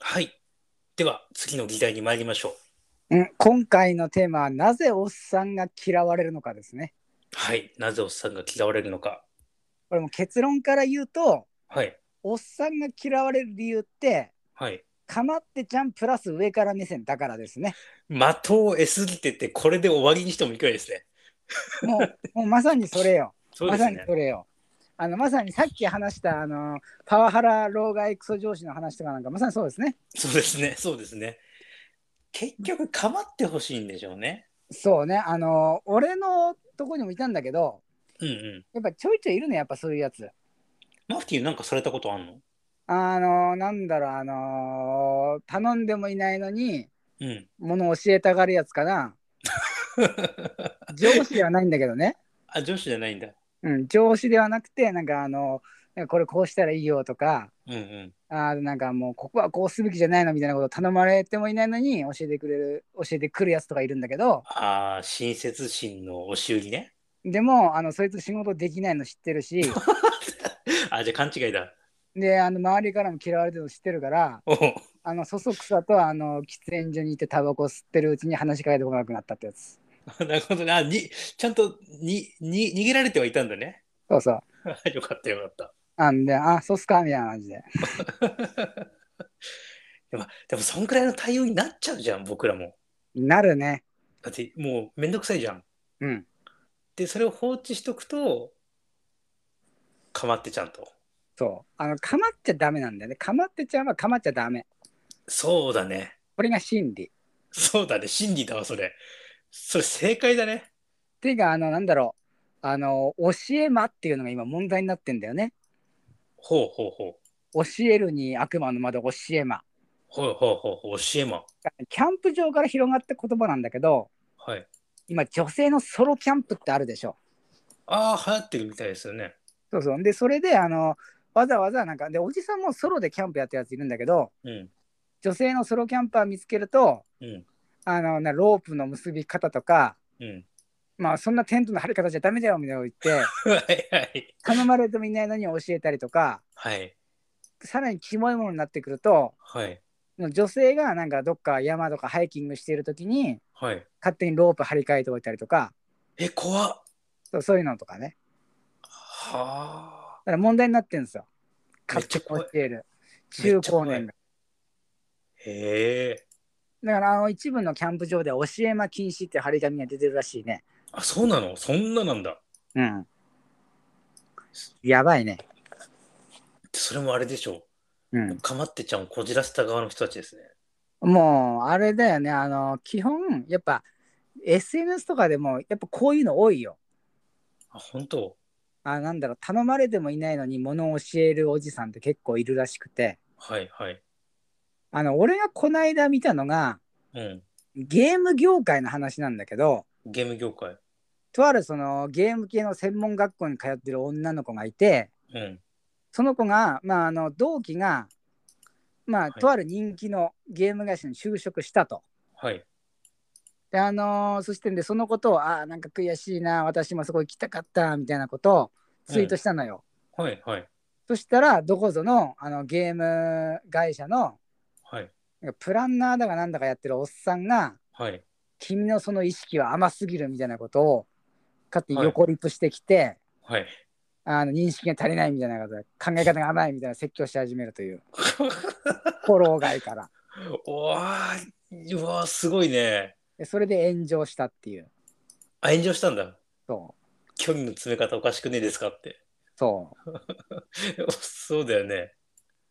はい。では、次の議題に参りましょう。うん、今回のテーマはなぜおっさんが嫌われるのかですね。はい。なぜおっさんが嫌われるのか。これも結論から言うとはい。おっさんが嫌われる理由ってはい。かまってちゃんプラス上から目線だからですね。的を得すぎてて、これで終わりにしてもいくらいですね。もうもうまさにそれよ。そうでますさにね。それよ。あのまさにさっき話したあのパワハラ老害クソ上司の話とかなんかまさにそうですね。そうですね。そうですね。結局、かまってほしいんでしょうね。そうねあの俺のとこにもいたんだけどうんうん。やっぱちょいちょいいるねやっぱそういうやつ。マフティーなんかされたことあんのあのなんだろうあの頼んでもいないのにうん。 物を教えたがるやつかな。上司ではないんだけどね、あ、上司じゃないんだ。うん、上司ではなくてなんかあのなんかこれこうしたらいいよとかうんうん。あーなんかもうここはこうすべきじゃないのみたいなことを頼まれてもいないのに教えてくれる教えてくるやつとかいるんだけどああ、親切心の押し売りね。でもあのそいつ仕事できないの知ってるしあ、じゃあ勘違いだ。であの周りからも嫌われてるの知ってるからお うあのそそくさとあの喫煙所にいてタバコ吸ってるうちに話しかけてこなくなったってやつなるほどね。あ、に、ちゃんと、に、に、逃げられてはいたんだね。 そうそうよかったよかった。あんであそうっすかみたいな感じで でも、でもそんくらいの対応になっちゃうじゃん、僕らも。なるねだって、もうめんどくさいじゃん。うんで、それを放置しとくと、かまってちゃんと。そうあのかまっちゃダメなんだよねかまってちゃんはかまっちゃダメそうだね。これが真理。そうだね。真理だわ、それ。それ正解だね。ていうか、あの、なんだろう。あの、教え魔っていうのが今問題になってんだよね。ほうほうほう。教えるに悪魔の窓、教え魔。ほうほうほうほう。教えま。キャンプ場から広がった言葉なんだけど、はい。今、女性のソロキャンプってあるでしょ。ああ、流行ってるみたいですよね。そうそう。で、それで、あの、わざわざなんか、で、おじさんもソロでキャンプやってるやついるんだけど、うん。女性のソロキャンパー見つけると、うん。あの、なロープの結び方とか、うん。 まあ、そんなテントの張り方じゃダメだよみたいなこと言って、はいはい。頼まれてもいないのに教えたりとか、はい。さらにキモいものになってくると、はい。女性がなんかどっか山とかハイキングしている時にはい。勝手にロープ張り替えておいたりとかえ、怖っ。そうそういうのとかねはあ。だから問題になってるんですよめっ勝ちゃ手に怖い教える中高めっ年ちがへえ。だからあの一部のキャンプ場では教え間禁止っていう張り紙が出てるらしいねあ、そうなのそんななんだ。うんやばいねそれもあれでしょうう。んかまってちゃんをこじらせた側の人たちですね。もうあれだよねあの基本やっぱ SNS とかでもやっぱこういうの多いよあ、本当あなんだろう頼まれてもいないのに物を教えるおじさんって結構いるらしくてはいはい。あの俺がこの間見たのがうん。ゲーム業界の話なんだけどゲーム業界。とあるそのゲーム系の専門学校に通ってる女の子がいてうん。その子が、まあ、あの同期が、まあいとある人気のゲーム会社に就職したと。はい。であのーそしてんでそのことを「ああなんか悔しいな私もそこ行きたかった」みたいなことをツイートしたのよ。はいはい。そしたらどこぞのあのゲーム会社のはい。なんかプランナーだかなんだかやってるおっさんがはい。 「君のその意識は甘すぎる」みたいなことを勝手に横リプしてきて。はい。あの認識が足りないみたいなこと考え方が甘いみたいな説教し始めるというフォロー外からおわーうわーすごいね。でそれで炎上したっていうあ、炎上したんだ。そう距離の詰め方おかしくねえですかって。 そそうだよね。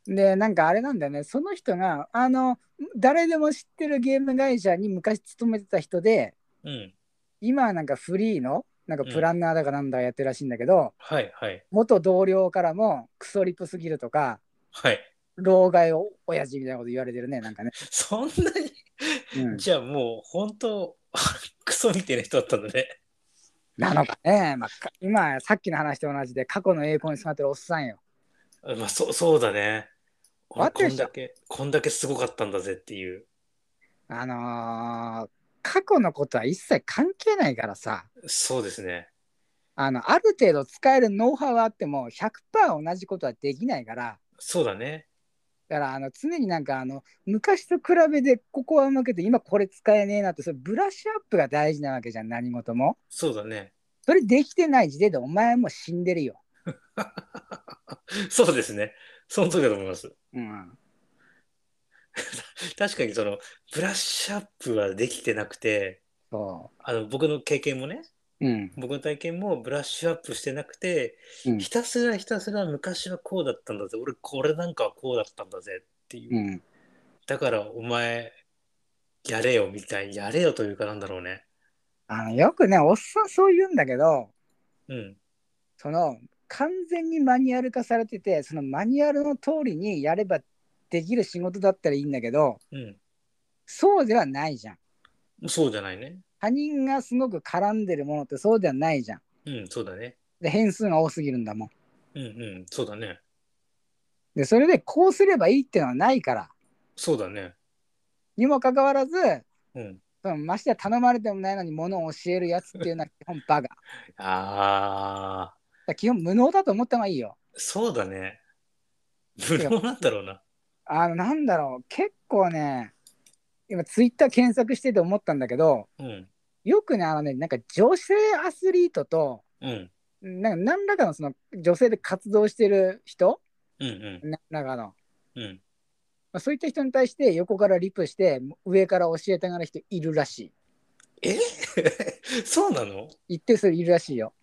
うでなんかあれなんだよねその人があの誰でも知ってるゲーム会社に昔勤めてた人でうん。今はなんかフリーのなんかプランナーだかなんだかやってるらしいんだけど、はいはい。元同僚からもクソリプすぎるとかはい。老害を親父みたいなこと言われてるねなんかね、そんなにうん、じゃあもう本当クソみたいな人だったんだね。なのかね、まあ、か今さっきの話と同じで過去の栄光に染まってるおっさんよあまあ、そうそうだね。俺待ってこるんだけ、こんだけすごかったんだぜっていう。あのー過去のことは一切関係ないからさそうですね。あのある程度使えるノウハウはあっても100%同じことはできないからそうだね。だからあの常になんかあの昔と比べてここはうまくて今これ使えねえなってそれブラッシュアップが大事なわけじゃん何事もそうだね。それできてない時点でお前もう死んでるよ、そうですね。その通りだと思います。うん、確かにそのブラッシュアップはできてなくて、そあの僕の経験もね、ううん僕の体験もブラッシュアップしてなくて、うんひたすらひたすら昔はこうだったんだぜ、俺これなんかはこうだったんだぜっていう。うんだからお前、やれよみたい、やれよというかなんだろうね。あのよくねおっさんそう言うんだけどうん。その完全にマニュアル化されててそのマニュアルの通りにやればできる仕事だったらいいんだけどうそうではないじゃんん。そうじゃないね。他人がすごく絡んでるものってそうではないじゃんうん、そうだね。で変数が多すぎるんだもんうんうん、そうだね。でそれでこうすればいいっていうのはないからそうだね。にもかかわらずうん。そのましてや頼まれてもないのに物を教えるやつっていうのは 基本バカだかああ、ら基本無能だと思った方がいいよそうだね。無能なんだろうな。あのなんだろう結構ね今ツイッター検索してて思ったんだけどうん。よくねあのねなんか女性アスリートとうん。なんか何らかのその女性で活動してる人うんうん。何らかの、まうん。あ、そういった人に対して横からリプして上から教えたがる人いるらしえ そうなのい一定数いるらしいよ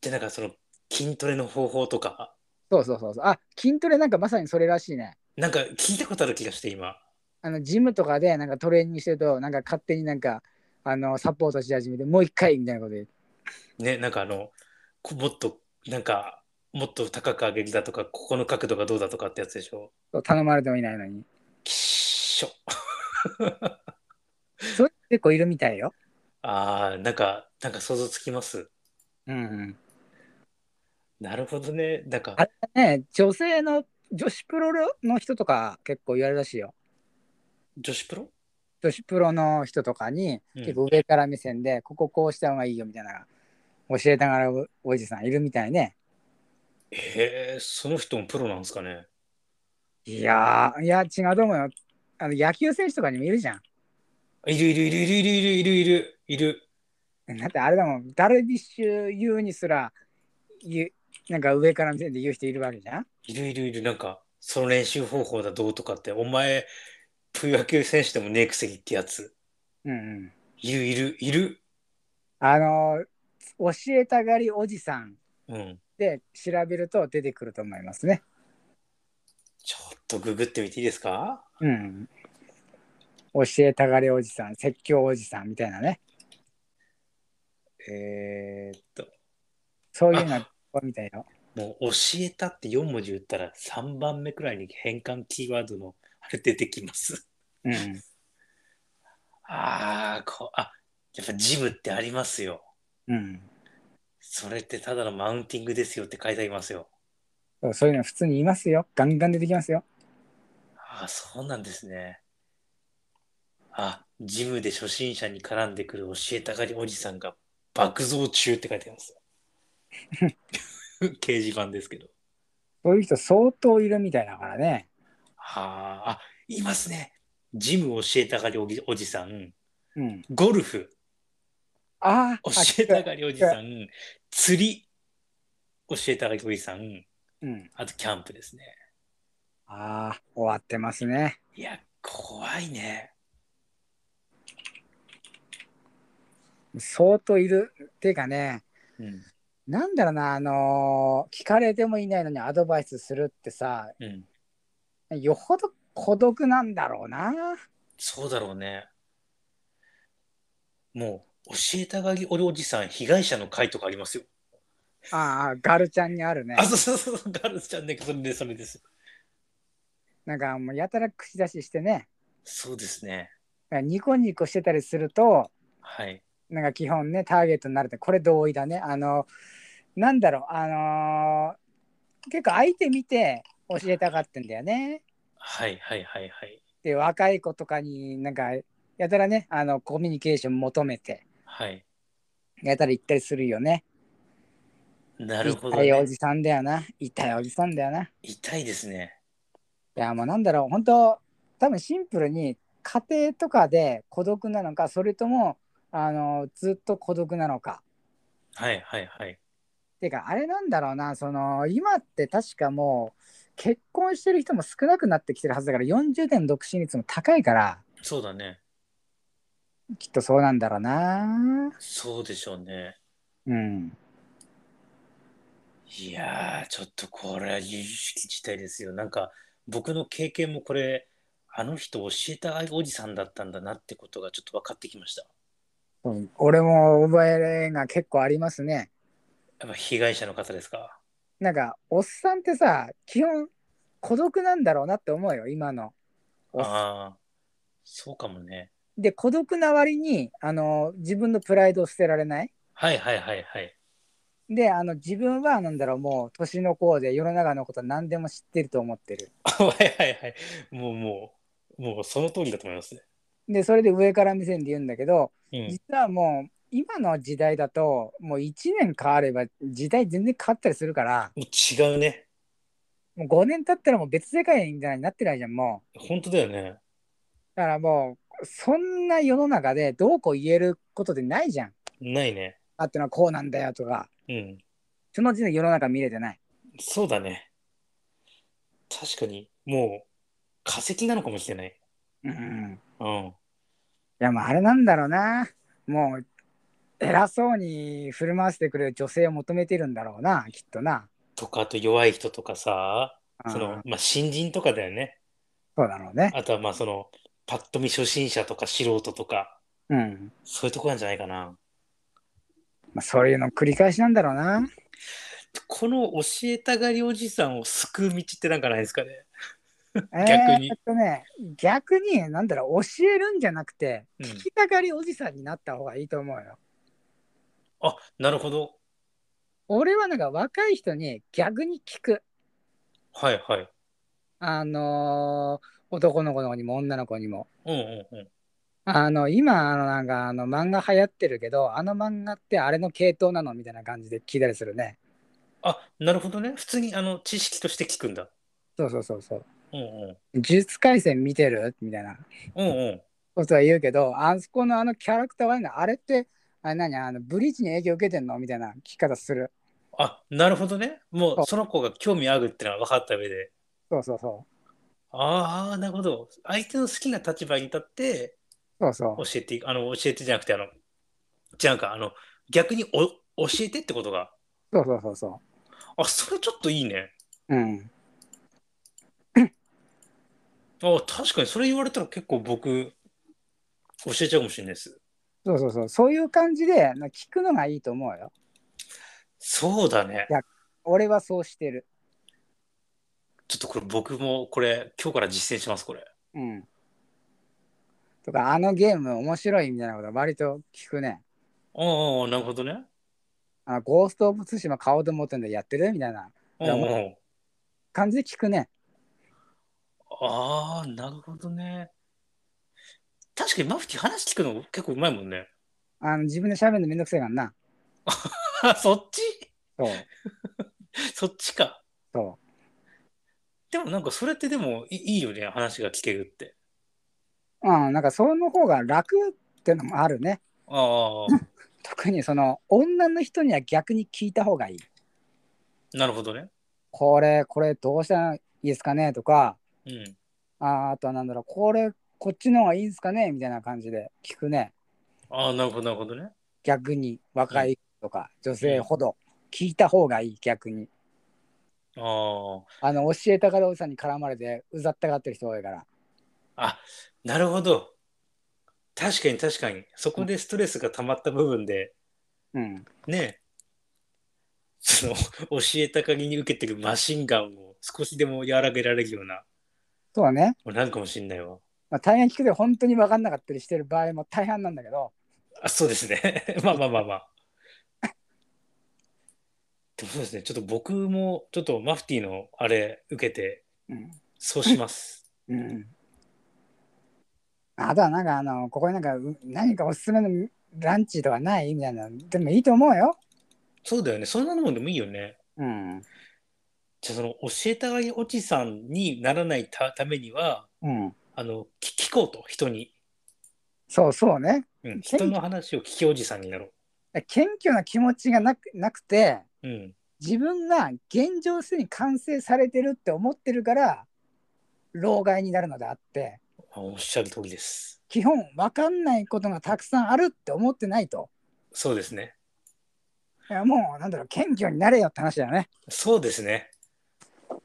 じゃあなんかその筋トレの方法とか、そうそうそうそうあ筋トレなんかまさにそれらしいねなんか聞いたことある気がして今。あのジムとかでなんかトレーニングしてるとなんか勝手になんかあのサポートし始めてもう一回みたいなことでね、なんかあの、こもっと、なんか、もっと高く上げるだとか、ここの角度がどうだとかってやつでしょ。頼まれてもいないのにきっしょ。それ結構いるみたいよああ、なんか、なんか想像つきます。うん、うん、なるほどね。なんかあ、ね女性の女子プロの人とか結構言われるらしいよ女子プロ女子プロの人とかにうん結構上から目線で、こここうした方がいいよみたいな教えたがるおじさんいるみたいねえー、その人もプロなんですかね。いやーいや違うと思うよあの野球選手とかにもいるじゃんいるいるいるいるいるいるいるいるいる。だってあれだもん、ダルビッシュ有にすら言う、なんか上から見せて言う人いるわけじゃん。いるいるいる。なんか、その練習方法だどうとかって、お前、プロ野球選手でもねえくせにってやつ。うんうん。いるいるいる。あのー、教えたがりおじさんうん。で調べると出てくると思いますね。ちょっとググってみていいですかうん、うん。教えたがりおじさん、説教おじさんみたいなね。えー、っと、そういうのがみたいよ。もう、教えたって4文字言ったら3番目くらいに変換キーワードのあれ出てきます。 うんうん。ああ、こあ、やっぱジムってありますよ。うんそれってただのマウンティングですよって書いてありますよ。そう。そういうの普通にいますよ。ガンガン出てきますよ。ああ、そうなんですね。あ、ジムで初心者に絡んでくる教えたがりおじさんが爆増中って書いてあります。掲示板ですけど。そういう人相当いるみたいだからね。はあ、あ、いますね。ジム教えたがりおじおじさん、うん。ゴルフあー教あ、えたがりおじさん、釣り教えたがりおじさん、うん。あとキャンプですね。ああ、終わってますね。いや、怖いね。相当いるっていうかねうん。なんだろうなあのー聞かれてもいないのにアドバイスするってさうん。よほど孤独なんだろうなそうだろうね。もう、教えたがりおりおじさん、被害者の会とかありますよ。ああガルちゃんにあるねあ、そうそうそうそう、ガールズチャンネル、それで、それです。なんかもうやたら口出ししてねそうですね。なんかニコニコしてたりするとはい。なんか基本ねターゲットになるってこれ同意だねあのなんだろうあのー結構相手見て教えたがってんだよねはいはいはいはい。で若い子とかになんかやたらねあのコミュニケーション求めてはい。やたら行ったりするよねなるほど、痛いおね。じさんだよな。痛いおじさんだよな。痛いですね。いやもうなんだろう本当多分シンプルに家庭とかで孤独なのかそれともあのずっと孤独なのかはいはいはい。てかあれなんだろうなその今って確かもう結婚してる人も少なくなってきてるはずだから40年独身率も高いからそうだね。きっとそうなんだろうなそうでしょうね。うんいやー、ちょっとこれは由々しき事態ですよ。なんか、僕の経験もこれ、あの人教えたおじさんだったんだなってことがちょっと分かってきました。うん俺も覚えが結構ありますねやっぱ被害者の方ですかなんかおっさんってさ基本孤独なんだろうなって思うよ今のおっさんああ、そうかもね。で孤独な割にあの自分のプライドを捨てられないはいはいはいはい。であの自分はなんだろうもう年の功で世の中のことは何でも知ってると思ってる はいはいはい。もうもう、もうその通りだと思いますね。でそれで上から目線で言うんだけど、うん、実はもう今の時代だともう1年変われば時代全然変わったりするからもう違うね。もう5年経ったらもう別世界みたいになってないじゃんもう本当だよね。だからもうそんな世の中でどうこう言えることでないじゃんないね。あってのはこうなんだよとかうん。その時点で世の中見れてないそうだね。確かに、もう、化石なのかもしれない。うんうん。いやまああれなんだろうなもう偉そうに振る舞わせてくれる女性を求めてるんだろうなきっとなとか、あと弱い人とかさ、そうんの、まあ、新人とかだよね。そうだろうねあとは、まあ、その、パッと見初心者とか素人とか、うん、そういうとこなんじゃないかな。まあ、そういうの繰り返しなんだろうなこの教えたがりおじさんを救う道ってなんかないですかね。えにーっとね逆になんだろう教えるんじゃなくてうん聞きたがりおじさんになった方がいいと思うよ、あ、なるほど。俺はなんか若い人に逆に聞くはいはい。あのー男の子にも女の子にもうんうんうん。あの今あのなんかあの漫画流行ってるけどあの漫画ってあれの系統なのみたいな感じで聞いたりするねあ、なるほどね。普通に、あの、知識として聞くんだ。そうそうそうそううんうん。呪術廻戦見てるみたいなうんうん。ことは言うけどあそこのあのキャラクターはねあれってあれ何あのブリーチに影響受けてんのみたいな聞き方するあ、なるほどね。もそううその子が興味あるってのは分かった上で。そうそうそああ、なるほど。相手の好きな立場に立ってうそうそう教えていく、あの、教えてじゃなくて、あの、じゃなんか、あの、逆にお教えてってことが。そうそうそうそあ、それちょっといいね。ううんあ確かにそれ言われたら結構僕、教えちゃうかもしれないです。そうそうそうそういう感じでな聞くのがいいと思うよそうだね。俺はそうしてるちょっとこれ僕もこれ、今日から実践します、これ。うんとかあのゲーム面白いみたいなこと割と聞くねああ、なるほどね。あゴースト・オブ・ツシマ買おうと思ってんだやってるみたいなうんうんい感じで聞くねああ、なるほどね。確かにマフティー話聞くの結構うまいもんね。あの自分で喋るのめんどくせえからなあそっちそうそっちか。そでもなんかそれってでもいいいよね、話が聞けるって。ううんなんかその方が楽ってのもあるねあ特にその女の人には逆に聞いた方がいいあ、なるほどね。これこれどうしたらいいですかねとかうん。ああとはなんだろうこれこっちの方がいいんですかねみたいな感じで聞くねああ、なるほど、なるほどね。逆に若いとか女性ほど聞いた方がいい逆にああの教えたがるおじさんに絡まれてうざったがってる人多いからあ、あ、なるほど。確かに確かに。そこでストレスが溜まった部分で、うんね、その、教えた限りに受けてるマシンガンを少しでも和らげられるような、そうだね、なんかもしんないわ。まあ、大変聞くで本当に分かんなかったりしてる場合も大半なんだけどあ、そうですね。 まあまあまあまあ。でもそうですね。ちょっと僕も、ちょっとマフティーのあれ受けて、うんそうします。うんあとはなんかあのここになんかう何かおすすめのランチとかないみたいなのでもいいと思うよそうだよね。そんなのもでもいいよね。うんじゃあその教えたがりおじさんにならないたためにはうん。あの聞聞こうと人に、そうそうね。うん、人の話を聞きおじさんになろ謙虚な気持ちがなくなくて、う、うん、自分が現状すでに完成されてるって思ってるから老害になるのであってあおっしゃる通りです基本分かんないことがたくさんあるって思ってないとそうですねいやもうなんだろう謙虚になれよって話だよねそうですね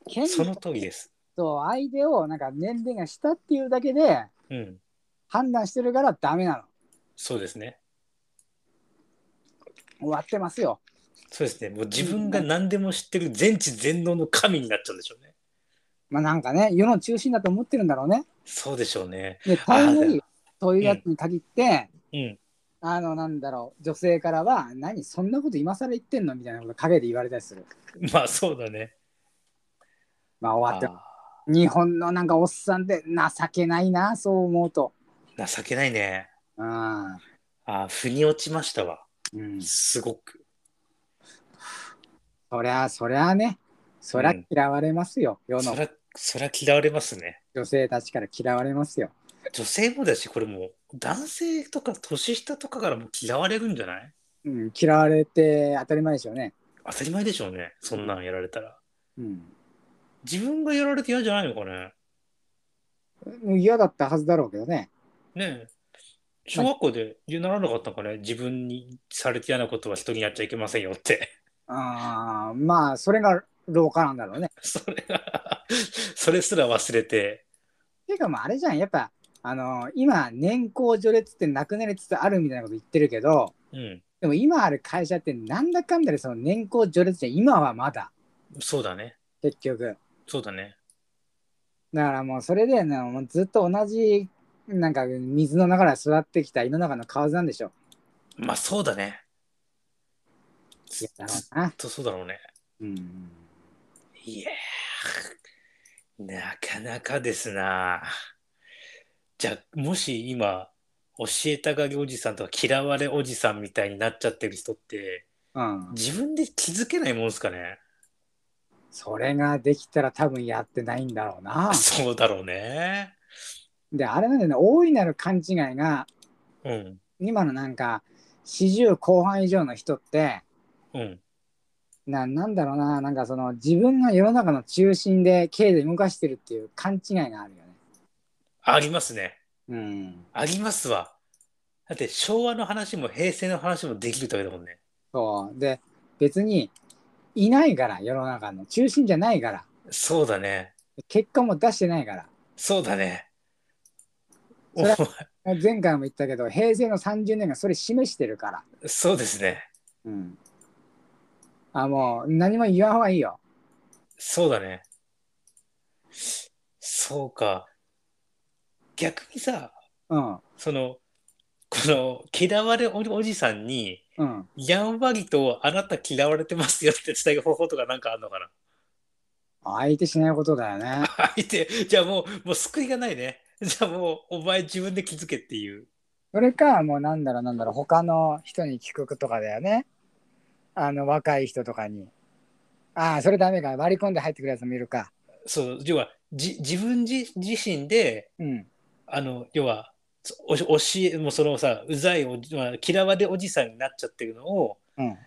謙その虚通りですと相手をなんか年齢が下っていうだけでうん判断してるからダメなのそうですね終わってますよそうですねもう自分が何でも知ってる全知全能の神になっちゃうんでしょうねまあなんかね世の中心だと思ってるんだろうねそうでしょうねで大あーで概もそういうやつに限って、うんあのなんだろう女性からは何そんなこと今更言ってんのみたいなこと陰で言われたりするまあそうだねまあ終わってあ日本のなんかおっさんって情けないなそう思うとー情けないねうん、あー腑に落ちましたわうん、すごくそりゃそりゃねそりゃ嫌われますよ、世そのりゃそりゃ嫌われますね女性たちから嫌われますよ女性もだしこれもう男性とか年下とかからも嫌われるんじゃないうん、嫌われて当たり前でしょうね当たり前でしょうねそんなんやられたらうん自分がやられて嫌じゃないのかね嫌だったはずだろうけどねねえ小学校で言うならなかったのかね自分にされて嫌なことは人にやっちゃいけませんよってあーまあそれが老化なんだろうね それがそれすら忘れてていうかまああれじゃんやっぱあの今年功序列ってなくなりつつあるみたいなこと言ってるけどうんでも今ある会社ってなんだかんだでその年功序列じゃん今はまだそうだね結局そうだねだからもうそれで、ね、もうずっと同じなんか水の中で育ってきた胃の中の蛙なんでしょまあそうだねいずやだろずっうな、とそうだろうねうん、いやーなかなかですな。じゃあ、もし今、教えたがりおじさんとか嫌われおじさんみたいになっちゃってる人って、うん、自分で気づけないもんすかね。それができたら多分やってないんだろうなそうだろうね。であれなんだよね大いなる勘違いがうん、今のなんか40後半以上の人ってうん、ななんだろうななんかその自分が世の中の中心で経で動かしてるっていう勘違いがあるよねありますね。うんありますわ。だって昭和の話も平成の話もできるってわけだもんね。そうで別にいないから世の中の中心じゃないからそうだね。結果も出してないからそうだね。それ前回も言ったけど平成の30年がそれ示してるから、おそうですね。うん、あもう何も言わん方がいいよそうだね。そうか。逆にさ、うんその、この嫌われおおじさんに、うんやんわりとあなた嫌われてますよって伝える方法とかなんかあるのかな 相手しないことだよね相手、じゃあもう、もう救いがないね。じゃあもう、お前自分で気づけっていう。それかもうなんだろうなんだろう他の人に聞くとかだよねあの若い人とかにああそれダメか割り込んで入ってくるやつもいるかそう、要は、じ自分自自身で、うんあの、要は、そおし教え、もうそのさ、うざいおじ、まあ嫌われおじさんになっちゃってるのを、うん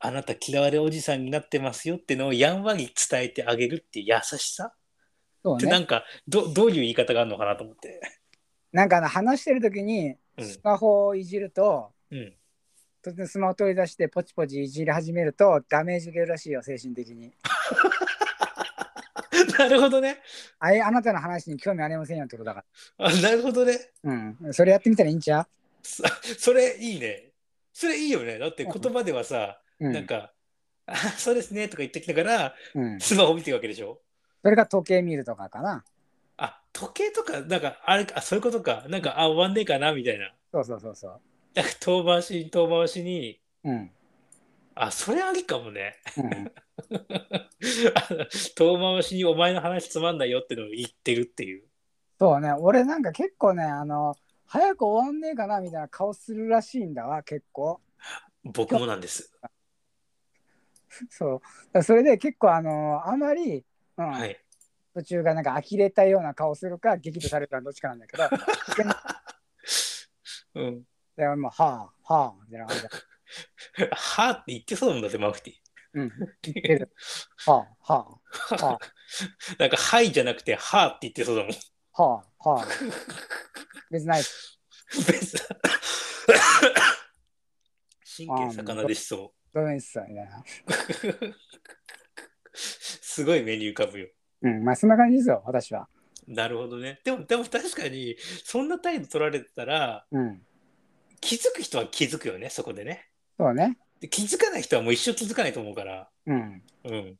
あなた嫌われおじさんになってますよってのをやんわり伝えてあげるっていう優しさそうってなねんかどどういう言い方があるのかなと思って。なんかあの話してる時にうんスマホをいじると、うん、 突然スマホ取り出してポチポチいじり始めるとダメージ受けるらしいよ精神的になるほどねあいあなたの話に興味ありませんよってことだかあ。なるほどね。ら。うん。それやってみたらいいんちゃそそれいいね。それいいよね。だって言葉ではさ、う、うん、なんか、あそうですねとか言ってきながらうん。スマホ見てるわけでしょ。それか時計見るとかかな。あ時計とか、なんかあれあそういうことか。なんか、あ、終わんねえかなみたいな。そうそうそうそう。なんか遠回しに遠回しに、うん。あ、それありかもね。 あうん、の遠回しにお前の話つまんないよってのを言ってるっていう。そうね。俺なんか結構ね、あの、早く終わんねえかなみたいな顔するらしいんだわ、結構。僕もなんです。 そう。だからそれで結構あのあまり、うんはい。途中がなんか呆れたような顔するか激怒されるかどっちかなんだけど うん。でももうはあはあみたいな感じではーって言ってそうだもんだって、マフティ。うん言って るはあはあはなんか、はいじゃなくて、はーって言ってそうだもん。あはあはあ別にない別 に神経魚でしそどうでもいいっすよみたいなう。すごい目に浮かぶよ。うんまあそんな感じですよ私はなるほどね。でも、でも確かに、そんな態度取られてたら、うん気づく人は気づくよね、そこでね。そうねで気づかない人はもう一生気づかないと思うから、うんうん。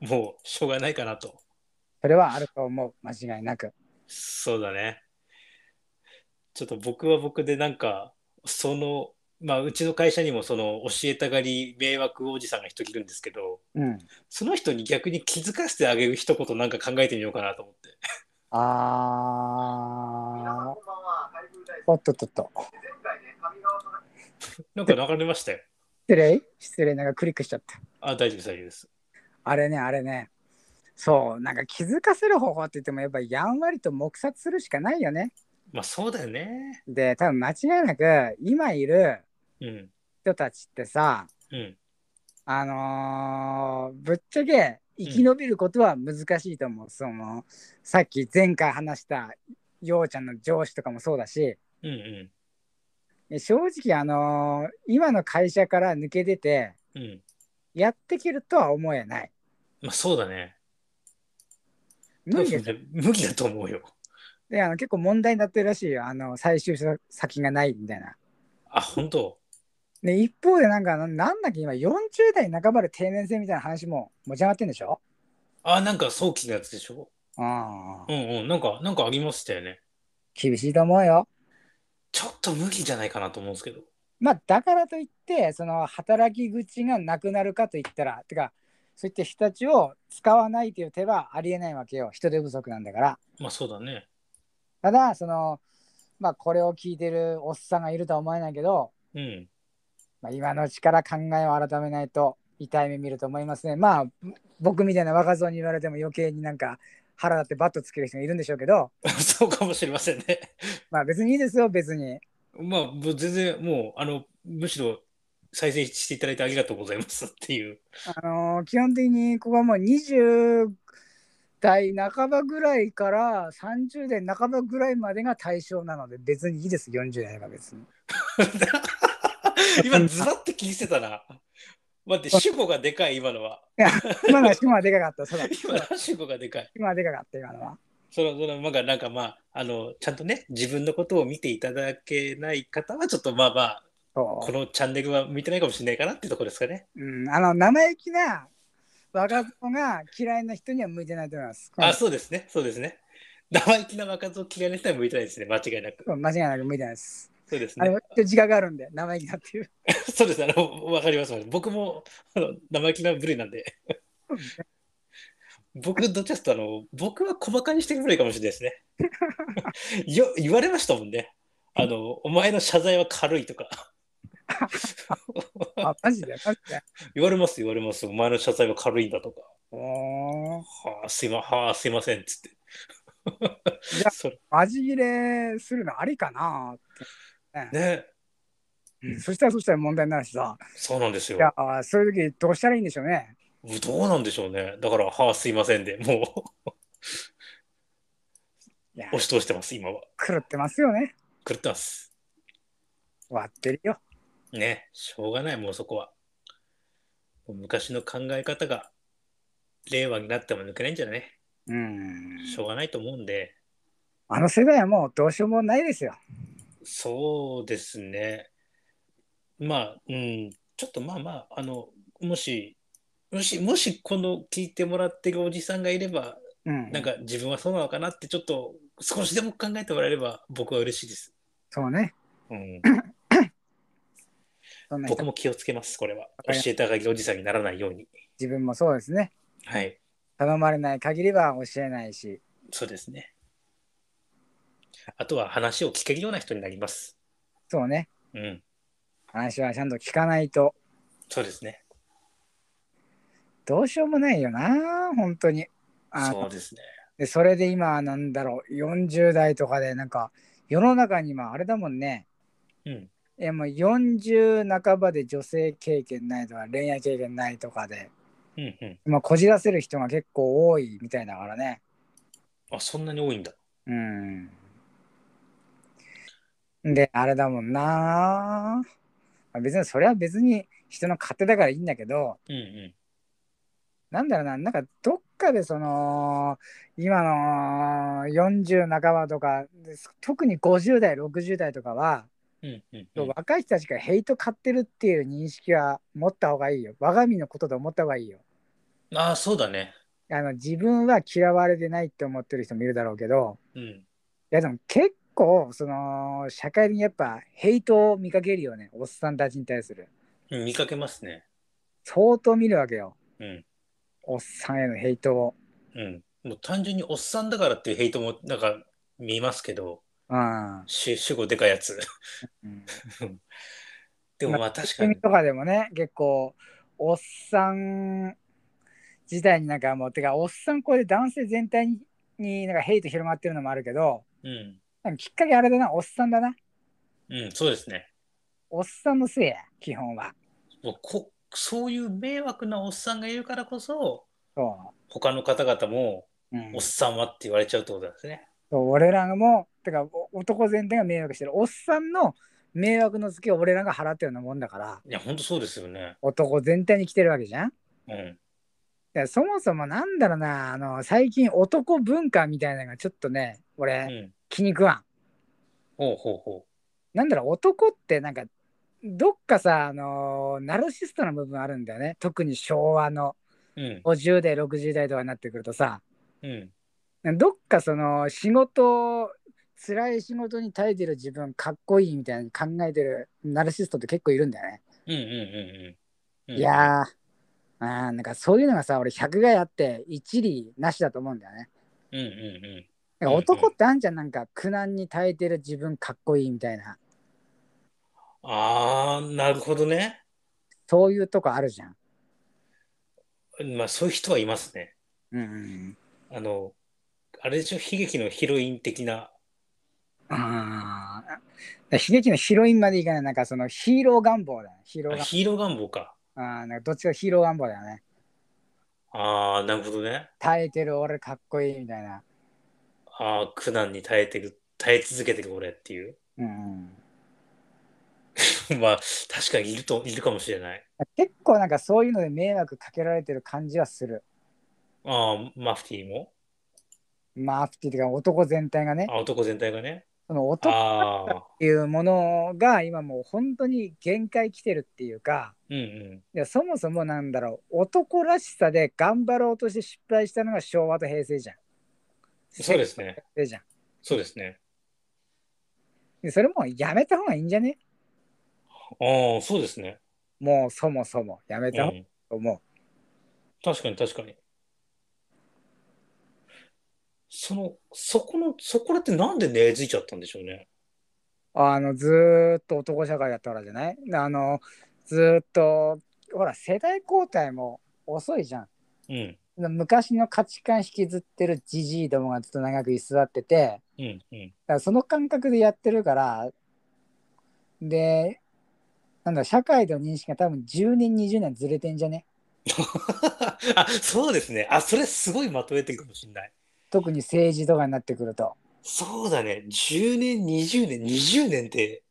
もう、しょうがないかなと。それはあると思う間違いなくそうだね。ちょっと僕は僕でなんか、その、まあ、うちの会社にもその教えたがり迷惑おじさんが一人いるんですけど、うんその人に逆に気づかせてあげる一言なんか考えてみようかなと思って。あーおっとっとっとなんか流れましたよ。失礼失礼なんかクリックしちゃったあ、大丈夫です、大丈夫です。あれねあれねそうなんか気づかせる方法って言ってもやっぱやんわりと黙殺するしかないよねまあ、そうだよね。で多分間違いなく今いるうん。人たちってさうん。あのーぶっちゃけ生き延びることは難しいと思う、そのさっき前回話したようちゃんの上司とかもそうだしうんう正直あのー今の会社から抜け出てん。うん。やってけるとは思えないまあ、そうだね。無理ですだ無理だと思うよ。であの結構問題になってるらしいよあの最終先がないみたいな。あ、本当で一方でなんかななんだっけ今40代半ばで定年制みたいな話も持ち上がってんでしょあ、なんか早期のやつでしょうんうんうん。なんか、なんかありましたよね。厳しいと思うよ。ちょっと無理じゃないかなと思うんですけど。まあだからといってその働き口がなくなるかといったらてかそういった人たちを使わないという手はありえないわけよ人手不足なんだから。まあそうだね。ただそのまあこれを聞いてるおっさんがいるとは思えないけど、うん。 まあ、今のうちから考えを改めないと痛い目見ると思いますね。まあぼ僕みたいな若造に言われても余計になんか腹立ってバットつける人がいるんでしょうけど、そうかもしれませんね。まあ別にいいですよ、別に。まあ、ぶ全然もう、あの、むしろ再生していただいてありがとうございますっていう。 あのー基本的にここはもう20代半ばぐらいから30代半ばぐらいまでが対象なので、別にいいです、40代は別に。今、ズバッと聞いてたな。待って、主語がでかい、今のは。今のは島はでかかった、そうだ。今のは主語がでかい。今はでかかった、今のは。その、その、まあ、なんかまあ、あの、ちゃんとね、自分のことを見ていただけない方は、ちょっとまあまあ、そこのチャンネルは見てないかもしれないかなってとこですかね。う。うん、あの、生意気な若者が嫌いな人には向いてないと思います。あ、そうですね、そうですね。生意気な若造嫌いな人は向いてないですね、間違いなく。うん間違いなく向いてないです。そうですあねの、。自我があるんで、生意気だっていう。 そうです、あの、わかります。僕も、 あの、生意気な部類なんで。僕、どっちかというと、あの、僕は小馬鹿にしてる部類かもしれないですね。よ、言われましたもんね。あの、お前の謝罪は軽いとか。あ、マジで、マジで。言われます、言われます。お前の謝罪は軽いんだとか。おーはあ、すいま、はあ、すいません、つって。じゃ あそれマジ切れするのありかなね、うんそしたらそしたら問題になるしさ、そうなんですよい。やーそういう時どうしたらいいんでしょうね。どうなんでしょうね。だから、はあ、すいませんで、もいやう、、押し通してます、今は。狂ってますよね。狂ってます。終わってるよ。ね、しょうがない、もうそこは。もう昔の考え方が、令和になっても抜けないんじゃないうん。しょうがないと思うんで、あの世代はもうどうしようもないですよ。そうですね。まあ、うん、ちょっとまあまあ、あの、もし、もし、もしこの聞いてもらってるおじさんがいれば、うん。なんか自分はそうなのかなって、ちょっと少しでも考えてもらえれば、僕は嬉しいです。そうね。うん、そんな人僕も気をつけます、これは。かりま教えたがりおじさんにならないように。自分もそうですね。はい、頼まれない限りは教えないし。そうですね。あとは話を聞けるような人になります。そうね。うん、話はちゃんと聞かないと。そうですね。どうしようもないよな、本当に。あそうですね。でそれで今、なんだろう、40代とかで、なんか、世の中に今、あれだもんね、うん。いやもう40半ばで女性経験ないとか、恋愛経験ないとかで、うんうん。まあ、こじらせる人が結構多いみたいだからね。あ、そんなに多いんだ。うん。で、あれだもんな。まあ別に、それは別に人の勝手だからいいんだけど、うんうなんだろうな、なんかどっかでその、今の40半ばとか、です特に50代、60代とかは、ん。うんうんうん、若い人たちがヘイト買ってるっていう認識は持った方がいいよ。我が身のことと思った方がいいよ。ああ、そうだね。あの自分は嫌われてないって思ってる人もいるだろうけど、うん。いやでも結構、その、社会にやっぱヘイトを見かけるよね。おっさんたちに対する。うん見かけますね。相当見るわけよ。うん。おっさんへのヘイトを。うん。もう単純におっさんだからっていうヘイトも、なんか、見ますけど、うん。主主語でかいやつ。うんでもまあ確か組に。とかでもね結構おっさん自体になんかもうてかおっさんこれ男性全体になんかヘイト広まってるのもあるけどうん。なんかきっかけあれだなおっさんだなうん、そうですね。おっさんのせいや基本はもうこそういう迷惑なおっさんがいるからこそ、そ他の方々も、う、うんおっ、さんはって言われちゃうってことなんですね。そう俺らもてかお男全体が迷惑してるおっさんの迷惑の付けを俺らが払ってるようなもんだからいや、ほんとそうですよね。男全体に来てるわけじゃんだかうん。らそもそもなんだろうなあの最近男文化みたいなのがちょっとねう俺ん。気に食わんほうほうほなんだろう男ってなんかどっかさあのーナルシストな部分あるんだよね特に昭和のう。うん。 50代60代とかになってくるとさうん。どっかその仕事辛い仕事に耐えてる自分かっこいいみたいに考えてるナルシストって結構いるんだよね、うんうんうんうん。うんいやーあーなんかそういうのがさ俺百害あって一理なしだと思うんだよねうんうんうん。なんか男ってあんじゃんなんか苦難に耐えてる自分かっこいいみたいなあー、なるほどね。そういうとこあるじゃん、まあそういう人はいますね。うんうんあの、あれでしょ、悲劇のヒロイン的な。ああ。悲劇のヒロインまでいかない、なんかそのヒーロー願望だよね。ヒーローあ願ヒーロー願望か。望。あーなんかどっちがヒーロー願望だよね。あー、なるほどね。耐えてる俺かっこいいみたいあな。あ、苦難に耐えてる、耐え続けてる俺っていう。うん。 まあ、確かにいると、いるかもしれない。結構なんかそういうので迷惑かけられてる感じはする。ああ、マフティーもまあ、アフティというか男全体がね。あ男全体がね。その男っああ、ていうものが今もう本当に限界来てるっていうか、うんうん。いやそもそもなんだろう、男らしさで頑張ろうとして失敗したのが昭和と平成じゃん。そうですね。平成じゃん。そうですね。でそれもうやめた方がいいんじゃねああ、そうですね。もうそもそもやめうた方がいいん、と思う。確かに確かに。その、そこの、そこらってなんで根付いちゃったんでしょうね。あのずーっと男社会だったからじゃないあのずーっとほら世代交代も遅いじゃん。うん、昔の価値観引きずってるじじいどもがずっと長く居座っててだかうん、うん。 らその感覚でやってるからでなんだ社会の認識が多分10年20年ずれてんじゃねあ、そうですね。あ、それすごいまとめてるかもしれない。特に政治とかになってくるとそうだね。10年、20年、20年って、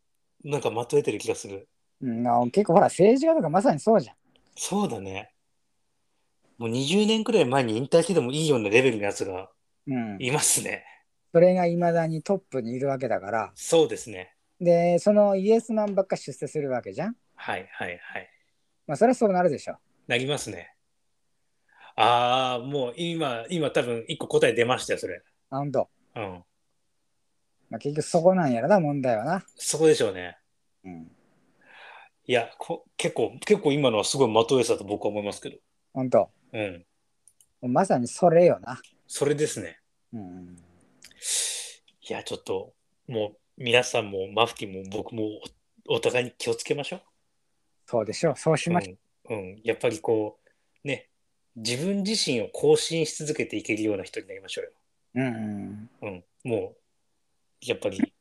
なんかまとえてる気がする。うんあ結構ほら政治家とかまさにそうじゃんそうだね。もう20年くらい前に引退しててもいいようなレベルのやつがうんいますね。それがいまだにトップにいるわけだからそうですね。でそのイエスマンばっか出世するわけじゃんはいはいはい。まあそれはそうなるでしょなりますね。ああ、もう今、今多分一個答え出ましたよ、それ。あほんと、うん。まあ、結局そこなんやろな問題はな、そこでしょうね。うん、いや、こ結構、結構今のはすごいまとえてたと僕は思いますけど。ほんとうん。もうまさにそれよな、それですね。うん、いや、ちょっと、もう、皆さんも、マフティーも、僕もお、お互いに気をつけましょそうでしょうそうしう。ましょうん、うんやっぱりこう、ね、自分自身を更新し続けていけるような人になりましょうよ。うんうん。うん、もうやっぱり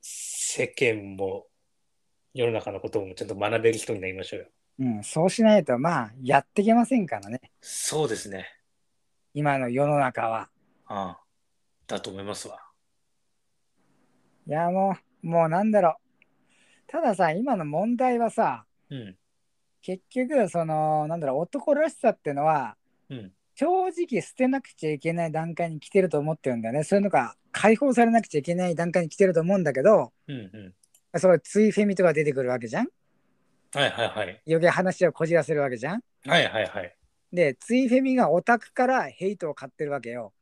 世間も世の中のこともちゃんと学べる人になりましょうよ。うん、そうしないと、まあ、やっていけませんからね。そうですね。今の世の中は。うん、だと思いますわ。いや、もう、もうなんだろう。たださ、今の問題はさ、うん。結局、その、なんだろう、男らしさってのは、うん。正直捨てなくちゃいけない段階に来てると思ってるんだよね。そういうのが解放されなくちゃいけない段階に来てると思うんだけど、うん。うそういうついフェミとか出てくるわけじゃんん。はいはいはい。余計話をこじらせるわけじゃんはいはいはい。で、ついフェミがオタクからヘイトを買ってるわけよ。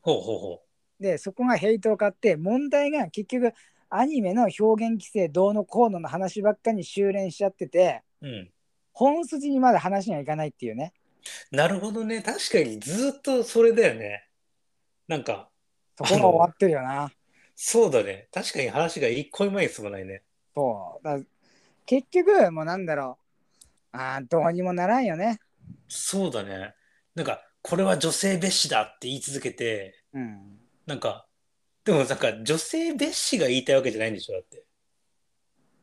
ほうほうほで、そこがヘイトを買って、問題が結局、アニメの表現規制どうのこうのの話ばっかに修練しちゃってて、う。うん。本筋にまで話がいかないっていうね。なるほどね。確かにずっとそれだよね。なんか、そこが終わってるよな。そうだね。確かに話が一個前に進まないね。そう。だから結局、もうなんだろう。ああ、どうにもならんよね。そうだね。なんか、これは女性蔑視だって言い続けて、うん。なんか、でもなんか女性蔑視が言いたいわけじゃないんでしょだって。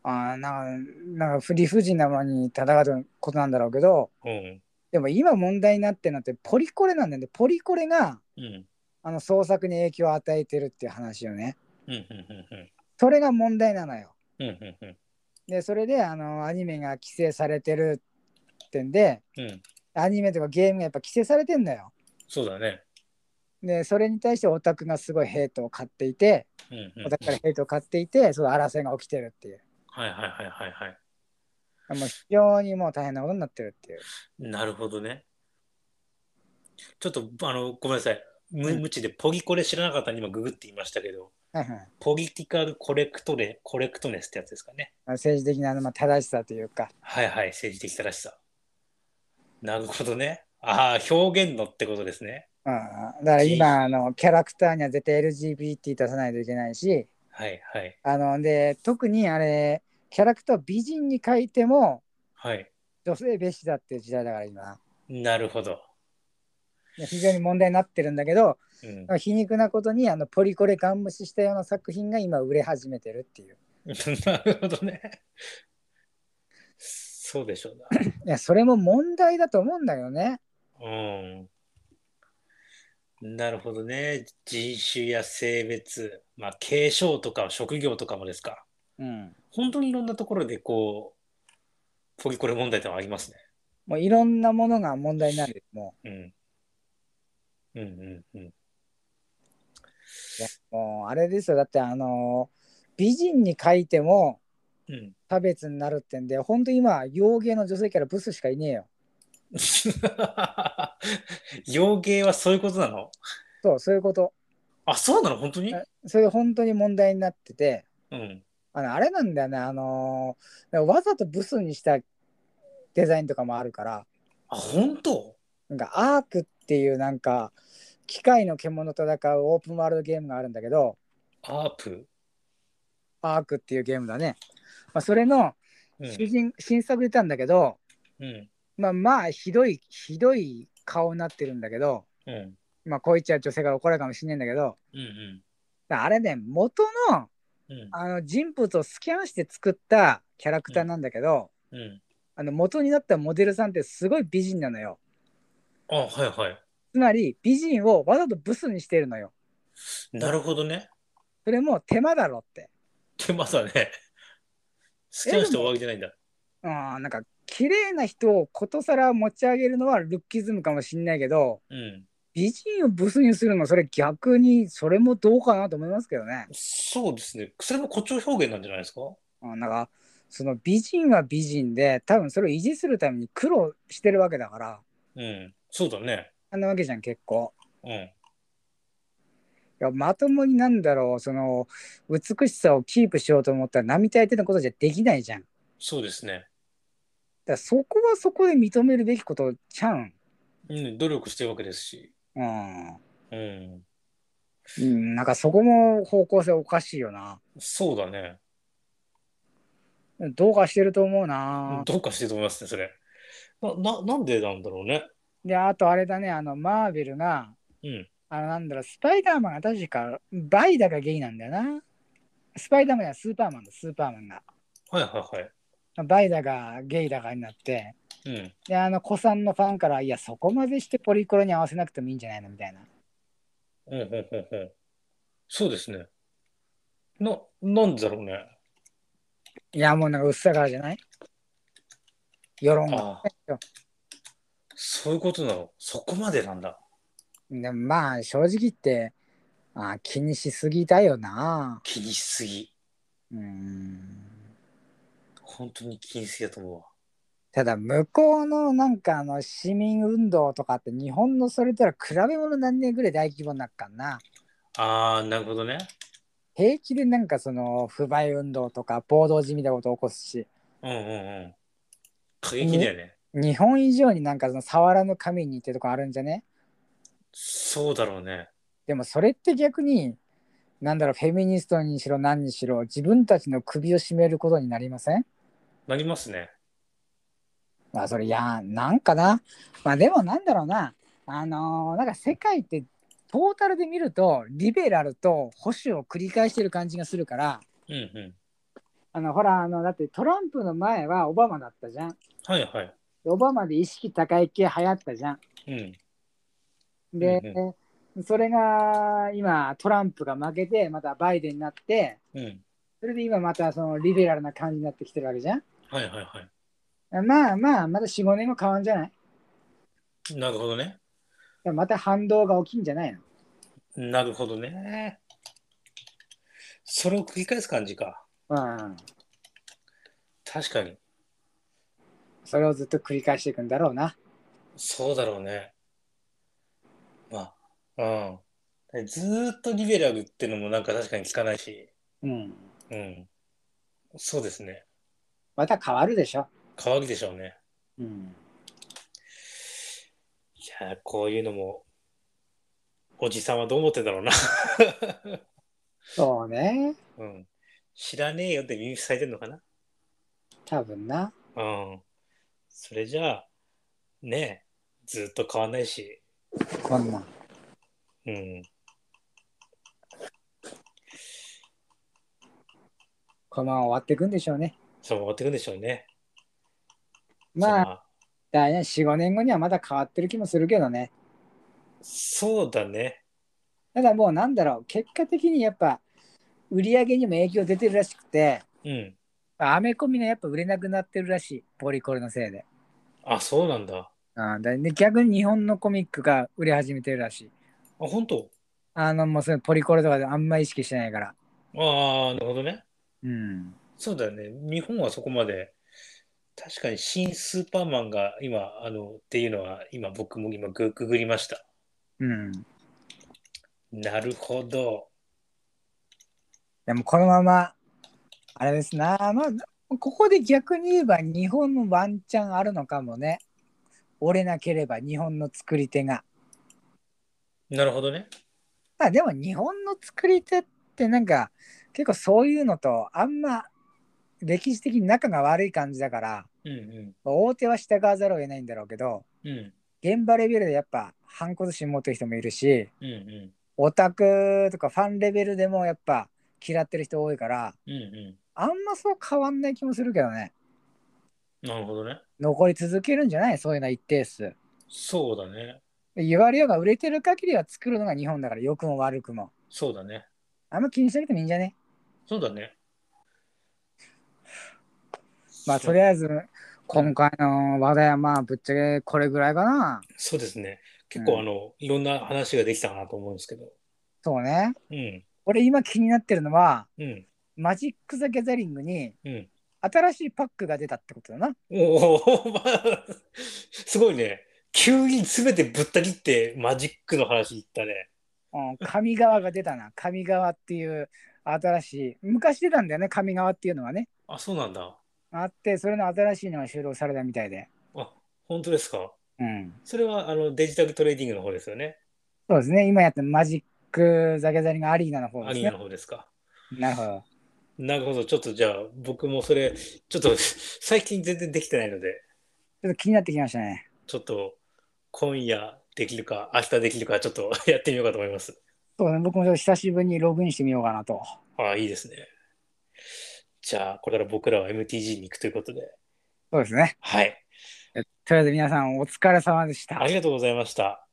ああ、なんか、なんか理不尽なものに戦うことなんだろうけど、うん。でも今問題になってるのってポリコレなんだよね。ポリコレがうん。あの創作に影響を与えてるっていう話よね。うん。うん。うん。それが問題なのよ。うん。うん。うん。で、それであのアニメが規制されてるってんで、うん。アニメとかゲームがやっぱ規制されてんだよ。そうだね。で、それに対してオタクがすごいヘイトを買っていて、うん。うん。オタクからヘイトを買っていて、その争いが起きてるっていう。はいはいはいはいはい。もう非常にもう大変なことになってるっていう。なるほどね。ちょっと、あの、ごめんなさい。むうん無知でポギコレ知らなかったんで今ググって言いましたけど、はいはいポリティカルコレクトレ、コレクトネスってやつですかね。政治的なあのまあ正しさというか。はいはい、政治的正しさ。なるほどね。ああ、表現のってことですね。うん、だから今あのキャラクターには絶対 LGBT 出さないといけないしはいはいあので特にあれキャラクターを美人に書いてもはい。女性蔑視だっていう時代だから今なるほど。いや非常に問題になってるんだけどうん、 皮肉なことにあのポリコレガン無視したような作品が今売れ始めてるっていうなるほどね。そうでしょういやそれも問題だと思うんだよねな。うん。なるほどね。人種や性別、まあ、継承とか職業とかもですか。うん本当にいろんなところでこう、ポリコレ問題ってのはありますね。もういろんなものが問題になるもうん。うんうんうん。ういやもうあれですよだってあの美人に書いてもうん。差別になるってんで、ほんと今、洋芸の女性キャラブスしかいねえよ。 洋芸はそういうことなのそう、そういうこと。あ、そうなの本当にえそれ本当に問題になってて、うん。あのあれなんだよね、あのーだからわざとブスにしたデザインとかもあるから、あ、本当なんかアークっていうなんか、機械の獣と戦うオープンワールドゲームがあるんだけど、アープ。アークっていうゲームだね。まあ、それのう主ん。人、新作出たんだけど、うん。まあまあ、ひどい、ひどい顔になってるんだけど、うん。うんまあ、こう言っちゃ女性から怒られるかもしれないんだけど、うん。だからあれね、元のうん。あの人物をスキャンして作ったキャラクターなんだけど、うん。あの元になったモデルさんってすごい美人なのよ。あ、はいはい。つまり美人をわざとブスにしてるのよ。なるほどね。それも手間だろって。手間だね。スキャンして終わりじゃないんだ。うん、なんか綺麗な人をことさら持ち上げるのはルッキズムかもしんないけど、うん。美人をブスにするのはそれ逆にそれもどうかなと思いますけどね。そうですね。それも誇張表現なんじゃないですかうん、なんかその美人は美人で多分それを維持するために苦労してるわけだから、うん。そうだね。あんなわけじゃん結構。うん。いやまともになんだろうその美しさをキープしようと思ったら並大抵のことじゃできないじゃん。だかそうですね。らそこはそこで認めるべきことちゃうん。うん。努力してるわけですし。うんうん。うん、なんかそこも方向性おかしいよな。そうだね。どうかしてると思うな。どうかしてると思いますね、それ。な、ななんでなんだろうね。で、あとあれだね、あの、マーベルが、うん。あの、なんだろう、スパイダーマンが確か、バイダがゲイなんだよな。スパイダーマンはスーパーマンだ、スーパーマンが。はいはいはい。バイダがゲイだがになって、うん。で、あの、子さんのファンから、いや、そこまでしてポリコロに合わせなくてもいいんじゃないのみたいな。うんうんうんうん。そうですね。な、なんだろうね。いや、もうなんかうっさからじゃない世論が。ああ。そういうことなの。そこまでなんだ。でもまあ、正直言って、ああ気にしすぎだよな。気にしすぎ。うん。本当に気にしすぎだと思うわ。ただ、向こうのなんかあの、市民運動とかって、日本のそれとは比べ物何年ぐらい大規模になっかんな。あー、なるほどね。平気でなんかその、不買運動とか、暴動地味なこと起こすし。うんうんうん。過激だよね。日本以上になんかその触らぬ神にってとこあるんじゃねそうだろうね。でもそれって逆になんだろうフェミニストにしろ何にしろ自分たちの首を絞めることになりませんなりますね。まあそれいやなんかなまあでもなんだろうなあのーなんか世界ってトータルで見るとリベラルと保守を繰り返してる感じがするからうんうん。あのほらあのだってトランプの前はオバマだったじゃんはいはい。オバマで意識高い系流行ったじゃんうん。で、うそれが今トランプが負けてまたバイデンになってうん。それで今またそのリベラルな感じになってきてるわけじゃんはいはいはまあまあまだ45年後変わんじゃないい。なるほどね。また反動が起きんじゃないのなるほどね。それを繰り返す感じか。うん確かに。それをずっと繰り返していくんだろうなそうだろうね。まあ、うん。ずーっとリベラルってのもなんか確かに聞かないし。うんうん。そうですね。また変わるでしょ変わるでしょうね。うんいやー、こういうのも、おじさんはどう思ってんだろうな。そうね うん。知らねえよって耳塞いでんのかな。多分なうん。それじゃあ、ねえ、ずーっと変わんないし。こんなんうん。このまま終わっていくんでしょうねそう、終わってくんでしょうね。まああ。だいたい45年後にはまだ変わってる気もするけどねそうだね。ただもうなんだろう結果的にやっぱ売り上げにも影響出てるらしくてうん。アメコミがやっぱ売れなくなってるらしいポリコレのせいであ、そうなんだ。あ、あーだで逆に日本のコミックが売れ始めてるらしい本当あのもうそれポリコレとかであんま意識してないからああ、なるほどね。うんそうだよね。日本はそこまで。確かに新スーパーマンが今、あの、っていうのは、今僕も今グググりました。うんなるほど。でもこのままあれですなまあここで逆に言えば日本のワンチャンあるのかもね折れなければ日本の作り手がなるほどね。まあでも日本の作り手ってなんか結構そういうのとあんま歴史的に仲が悪い感じだからうんう大手は従わざるを得ないんだろうけどん。うん現場レベルでやっぱ反骨心持ってる人もいるしうんうオタクとかファンレベルでもやっぱ嫌ってる人多いからん。うんうあんまそう変わんない気もするけどねん。なるほどね。残り続けるんじゃないそういうのは一定数そうだね。言われようが売れてる限りは作るのが日本だから良くも悪くもそうだね。あんま気にしなくてもいいんじゃねそうだね。まあとりあえず今回の話題はまあぶっちゃけこれぐらいかなそうですね。結うん構あの、いろんな話ができたかなと思うんですけど。そうねうん。俺今気になってるのはうん。マジック・ザ・ギャザリングにうん。新しいパックが出たってことだなおお、まあ、すごいね。急に全てぶった切ってマジックの話いったね。うん、神川が出たな神川っていう新しい昔出たんだよね神川っていうのはねあ、そうなんだ。あってそれの新しいのが収録されたみたいであ、本当ですか。うんそれはあのデジタルトレーディングの方ですよね。そうですね今やってるマジック・ザ・ギャザリングアリーナの方アリですーナねの方ですか。なるほどなるほど。ちょっとじゃあ僕もそれ、 ちょっと最近全然できてないので、ちょっと気になってきましたねちょっと今夜できるか、明日できるか、ちょっと やってみようかと思います。そうね、僕もちょっと久しぶりにログインしてみようかなと。ああ、いいですね。じゃあ、これから僕らは MTG に行くということで。そうですね。はい。とりあえず皆さんお疲れ様でした。ありがとうございました。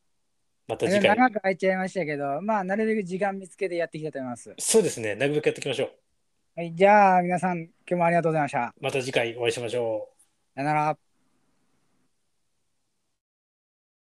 また次回。長く空いちゃいましたけど、まあ、なるべく時間見つけてやっていきたいと思います。そうですね。なるべくやっていきましょう。はい、じゃあ皆さん、今日もありがとうございました。また次回お会いしましょう。さよなら。